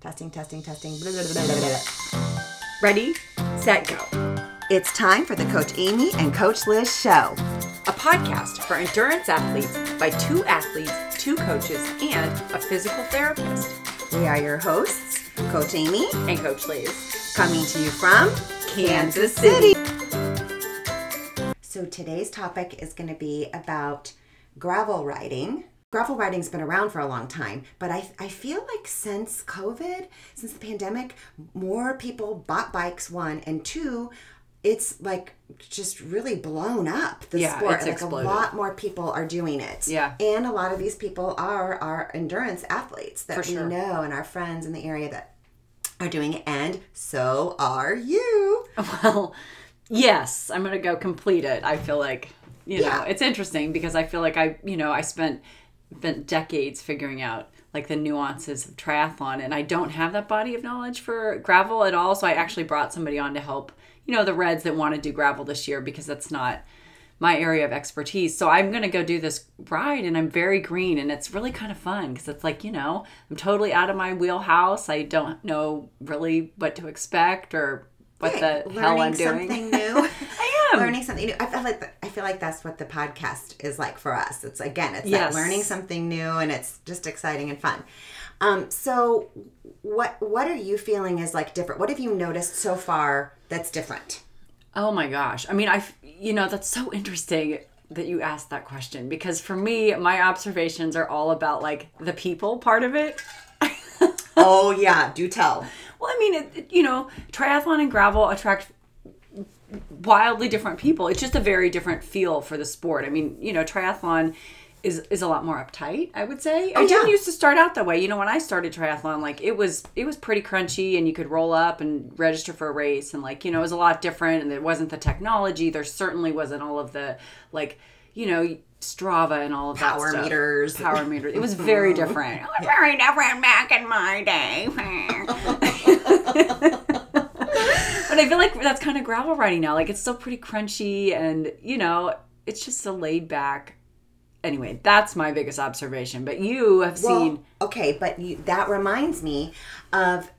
Testing, testing, testing. Blah, blah, blah, blah, blah, blah. Ready, set, go. It's time for the Coach Amy and Coach Liz show. A podcast for endurance athletes by two athletes, two coaches, and a physical therapist. We are your hosts, Coach Amy, And Coach Liz. coming to you from Kansas City. So today's topic is going to be about gravel riding. Gravel riding's been around for a long time, but I, I feel like since COVID, since the pandemic, more people bought bikes, one, and two, it's like just really blown up the Yeah, sport. it's like exploded. a lot more people are doing it. Yeah. And a lot of these people are our endurance athletes that For sure. we know and our friends in the area that are doing it, and so are you. Well, yes, I'm going to go complete it. I feel like, you know, Yeah. it's interesting because I feel like I, you know, I spent, spent decades figuring out like the nuances of triathlon and I don't have that body of knowledge for gravel at all. So I actually brought somebody on to help, you know, the Reds that want to do gravel this year because that's not my area of expertise. So I'm going to go do this ride and I'm very green and it's really kind of fun because it's like, you know, I'm totally out of my wheelhouse. I don't know really what to expect or what the learning hell I'm doing. something new. I am. learning something new. I feel like I feel like that's what the podcast is like for us. It's again, it's Yes. that learning something new, and it's just exciting and fun. Um, so, what what are you feeling is like different? What have you noticed so far that's different? Oh my gosh. I mean, I you know, that's so interesting that you asked that question because for me, my observations are all about like the people part of it. oh yeah, do tell. Well, I mean, it, it- you know, triathlon and gravel attract wildly different people. It's just a very different feel for the sport. I mean, you know, triathlon is is a lot more uptight, I would say. I didn't yeah. used to start out that way. You know, when I started triathlon, like it was it was pretty crunchy and you could roll up and register for a race and like, you know, it was a lot different and there wasn't the technology. There certainly wasn't all of the like, you know, Strava and all of that Power stuff. meters. Mm-hmm. Power meters. It was very different. It was very different back in my day. But I feel like that's kind of gravel riding now. Like it's still pretty crunchy and, you know, it's just a laid back. Anyway, that's my biggest observation. But you have Well, seen. okay, but you, that reminds me of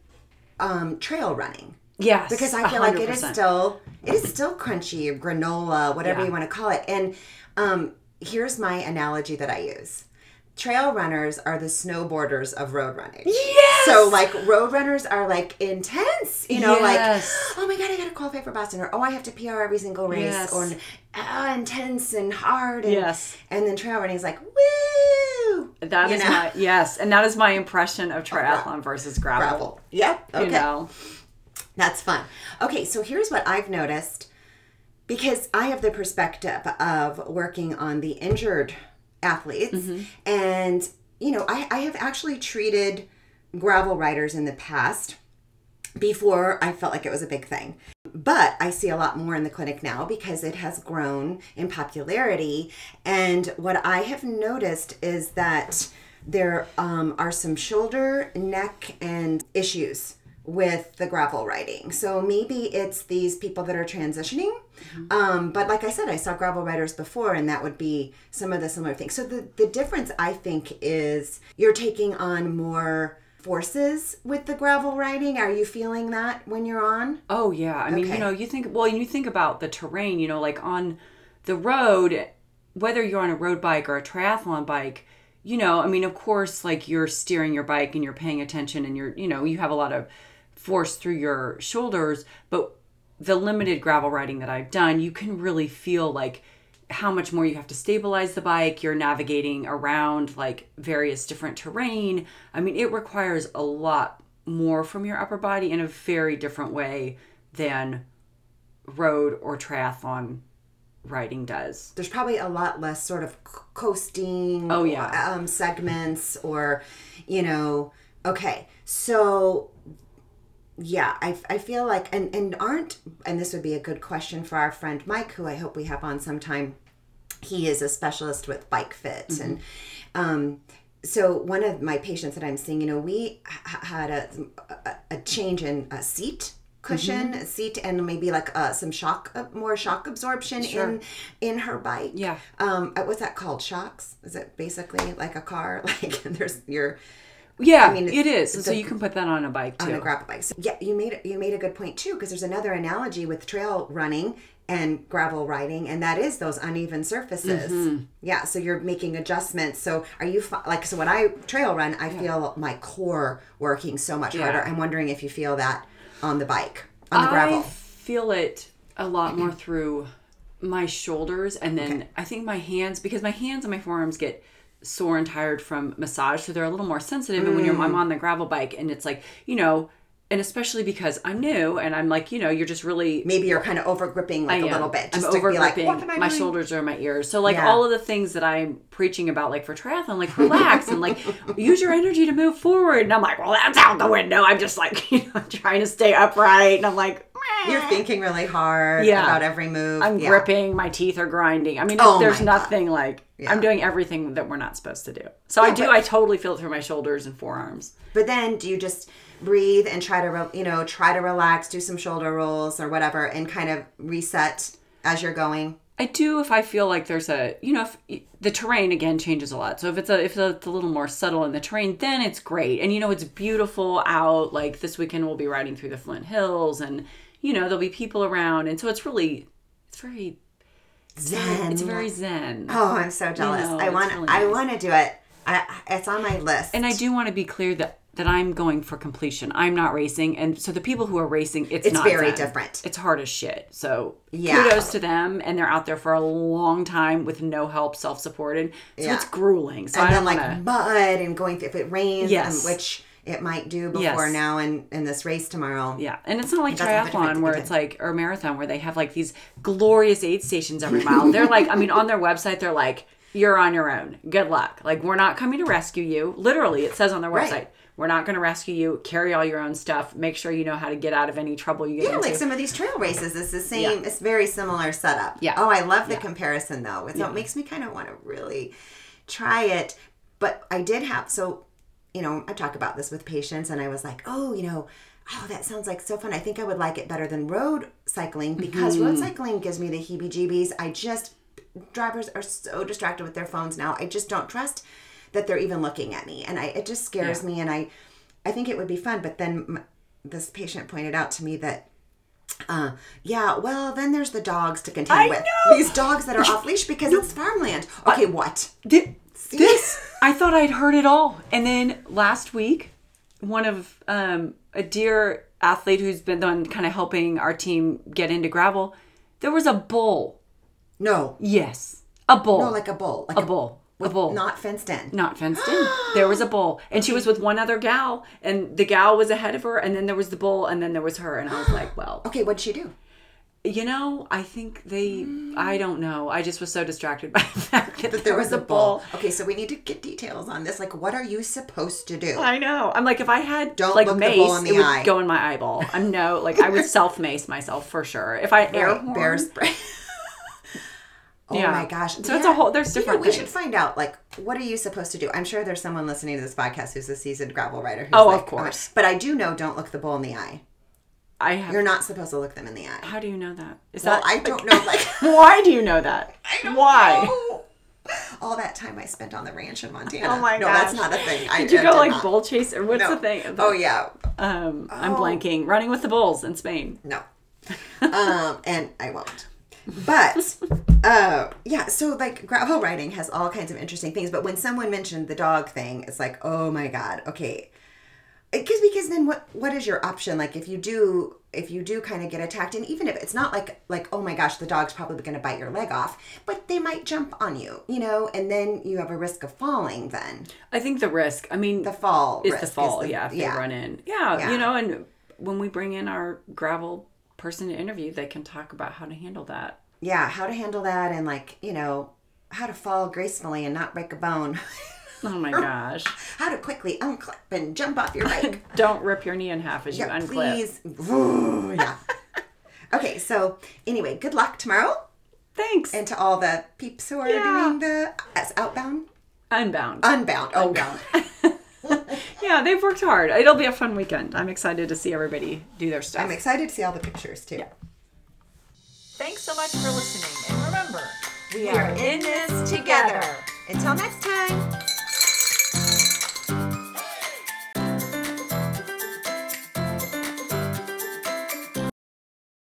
um, trail running. Yes. because I feel like it is 100%. still it is still crunchy or granola, whatever Yeah. you want to call it. And um, here's my analogy that I use: trail runners are the snowboarders of road running. Yes! So like road runners are like intense, you know, Yes. like oh my god, I got to qualify for Boston, or oh I have to PR every single race, Yes. or ah, intense and hard. And, Yes. And then trail running is like woo. That you is know? my. Yes. And that is my impression of triathlon versus gravel. Gravel. Yep. Okay. You know? That's fun. Okay, so here's what I've noticed because I have the perspective of working on the injured athletes. And, you know, I, I have actually treated gravel riders in the past before I felt like it was a big thing. But I see a lot more in the clinic now because it has grown in popularity. And what I have noticed is that there um, are some shoulder, neck, and issues with the gravel riding. So maybe it's these people that are transitioning. Um, but like I said, I saw gravel riders before, and that would be some of the similar things. So the, the difference, I think, is you're taking on more forces with the gravel riding. Are you feeling that when you're on? Oh yeah, I mean, you Okay. know, you think well, you think about the terrain, you know, like on the road, whether you're on a road bike or a triathlon bike, you know, I mean, of course, like you're steering your bike and you're paying attention and you're, you know, you have a lot of force through your shoulders, but the limited gravel riding that I've done, you can really feel like how much more you have to stabilize the bike. You're navigating around like various different terrain. I mean, it requires a lot more from your upper body in a very different way than road or triathlon riding does. There's probably a lot less sort of c- coasting. Oh, yeah. um, segments or, you know, okay. So yeah, I, I feel like and and aren't and this would be a good question for our friend Mike, who I hope we have on sometime. He is a specialist with Bike Fit and. Um, so one of my patients that I'm seeing, you know, we h- had a, a, a change in a seat cushion, a seat, and maybe like uh, some shock, uh, more shock absorption in in her bike. Yeah. Um, uh, what's that called? Shocks? Is it basically like a car? Like there's your Yeah, I mean, it is. it's so a- you can put that on a bike too. on a gravel bike. So, yeah, you made you made a good point too because there's another analogy with trail running and gravel riding, and that is those uneven surfaces. Mm-hmm. Yeah, so you're making adjustments. So are you fi- like so when I trail run, I feel my core working so much harder. I'm wondering if you feel that on the bike on the I gravel. feel it a lot more through my shoulders and then I think my hands because my hands and my forearms get sore and tired from massage, so they're a little more sensitive. And when you're Mm. I'm on the gravel bike and it's like, you know, and especially because I'm new and I'm like, you know, you're just really Maybe you're kind of over gripping like a yeah, little bit. I'm Just to over be like, gripping. what am I my doing? shoulders are in my ears. So like Yeah. all of the things that I'm preaching about, like for triathlon, like relax and like use your energy to move forward. And I'm like, well, that's out the window. I'm just like, you know, trying to stay upright. And I'm like, meh. You're thinking really hard Yeah. about every move. I'm Yeah. gripping, my teeth are grinding. I mean, Oh there's my God. nothing like I'm doing everything that we're not supposed to do. So I do. I totally feel it through my shoulders and forearms. But then do you just breathe and try to, re- you know, try to relax, do some shoulder rolls or whatever, and kind of reset as you're going? I do if I feel like there's a you know if the terrain again changes a lot. So if it's a if it's a little more subtle in the terrain, then it's great. And you know it's beautiful out. Like this weekend we'll be riding through the Flint Hills, and you know there'll be people around, and so it's really it's very Zen. it's very zen. oh, I'm so jealous. know, I it's want, really I nice. want to do it. I, I- it's on my list. And I do want to be clear that that I'm going for completion. I'm not racing, and so the people who are racing, it's, It's not very them. different. It's hard as shit. So Yeah. kudos to them, and they're out there for a long time with no help, self supported. So Yeah. it's grueling. So I and don't then like, like want mud and going through, if it rains, Yes. um, which it might do before Yes. now and in this race tomorrow. yeah, and it's not like doesn't have a difference triathlon where either. it's like or marathon where they have like these glorious aid stations every mile. They're like, I mean, on their website, they're like, "You're on your own. Good luck. Like, we're not coming to rescue you." Literally, it says on their website, "We're not going to rescue you. Carry all your own stuff. Make sure you know how to get out of any trouble you get Yeah, into." like some of these trail races, it's the same. It's very similar setup. Yeah. Oh, I love the comparison though. It's, So it makes me kind of want to really try it. But I did have so, you know, I talk about this with patients, and I was like, oh, you know, oh, that sounds like so fun. I think I would like it better than road cycling because Mm-hmm. road cycling gives me the heebie-jeebies. I just drivers are so distracted with their phones now. I just don't trust that they're even looking at me, and I it just scares me. And I, I think it would be fun, but then. m this patient pointed out to me that uh, yeah, well, then there's the dogs to contend with. These dogs that are off leash because it's farmland. Okay, what? Thi- this I thought I'd heard it all, and then last week, one of um, a dear athlete who's been the one kind of helping our team get into gravel, there was a bull. No, Yes, a bull, no, like a bull, like a bull, a bull, not, not fenced in. fenced in. There was a bull, and she was with one other gal, and the gal was ahead of her, and then there was the bull, and then there was her, and I was like, well, Okay, what'd she do? you know, I think they, Mm. I don't know, I just was so distracted by the fact that, there was a bull. Okay, so we need to get details on this. Like, what are you supposed to do? I know. I'm like, if I had Don't like look the mace, bull in it the would eye. go in my eyeball. I'm no, like I would self mace myself for sure. If I air horn, Right, bear spray. oh Yeah. my gosh! So it's a whole- there's You know, different we should things. find out like what are you supposed to do? I'm sure there's someone listening to this podcast who's a seasoned gravel rider. Who's Oh, of like, uh, course. But I do know don't look the bull in the eye. I have. You're not supposed to look them in the eye. how do you know that? Is Well, that I don't know. Like. why do you know that? why? Oh, All that time I spent on the ranch in Montana. Oh my no, gosh. that's not a thing. I Did you I go like not. bull chase or what's No. the thing? Oh yeah, Um, Oh. I'm blanking. Running with the bulls in Spain. no. um, and I won't. But uh, yeah, so like gravel riding has all kinds of interesting things. But when someone mentioned the dog thing, it's like, oh my god, okay. Because because then what what is your option? Like if you do if you do kind of get attacked, and even if it's not like like oh my gosh, the dog's probably going to bite your leg off, but they might jump on you, you know, and then you have a risk of falling. Then I think the risk. I mean, the fall is risk the is fall. the- yeah, if they run in. Yeah, Yeah. you know, and when we bring in our gravel person to interview, they can talk about how to handle that. yeah, how to handle that and like, you know, how to fall gracefully and not break a bone. Oh my gosh. how to quickly unclip and jump off your bike. Don't rip your knee in half as you yeah, unclip. please. yeah. Okay, so anyway, good luck tomorrow Thanks. and to all the peeps who are Yeah. doing the as outbound, Unbound. unbound, oh god. yeah, they've worked hard. It'll be a fun weekend. I'm excited to see everybody do their stuff. I'm excited to see all the pictures too. Thanks so much for listening, and remember, We are in this together. Until next time.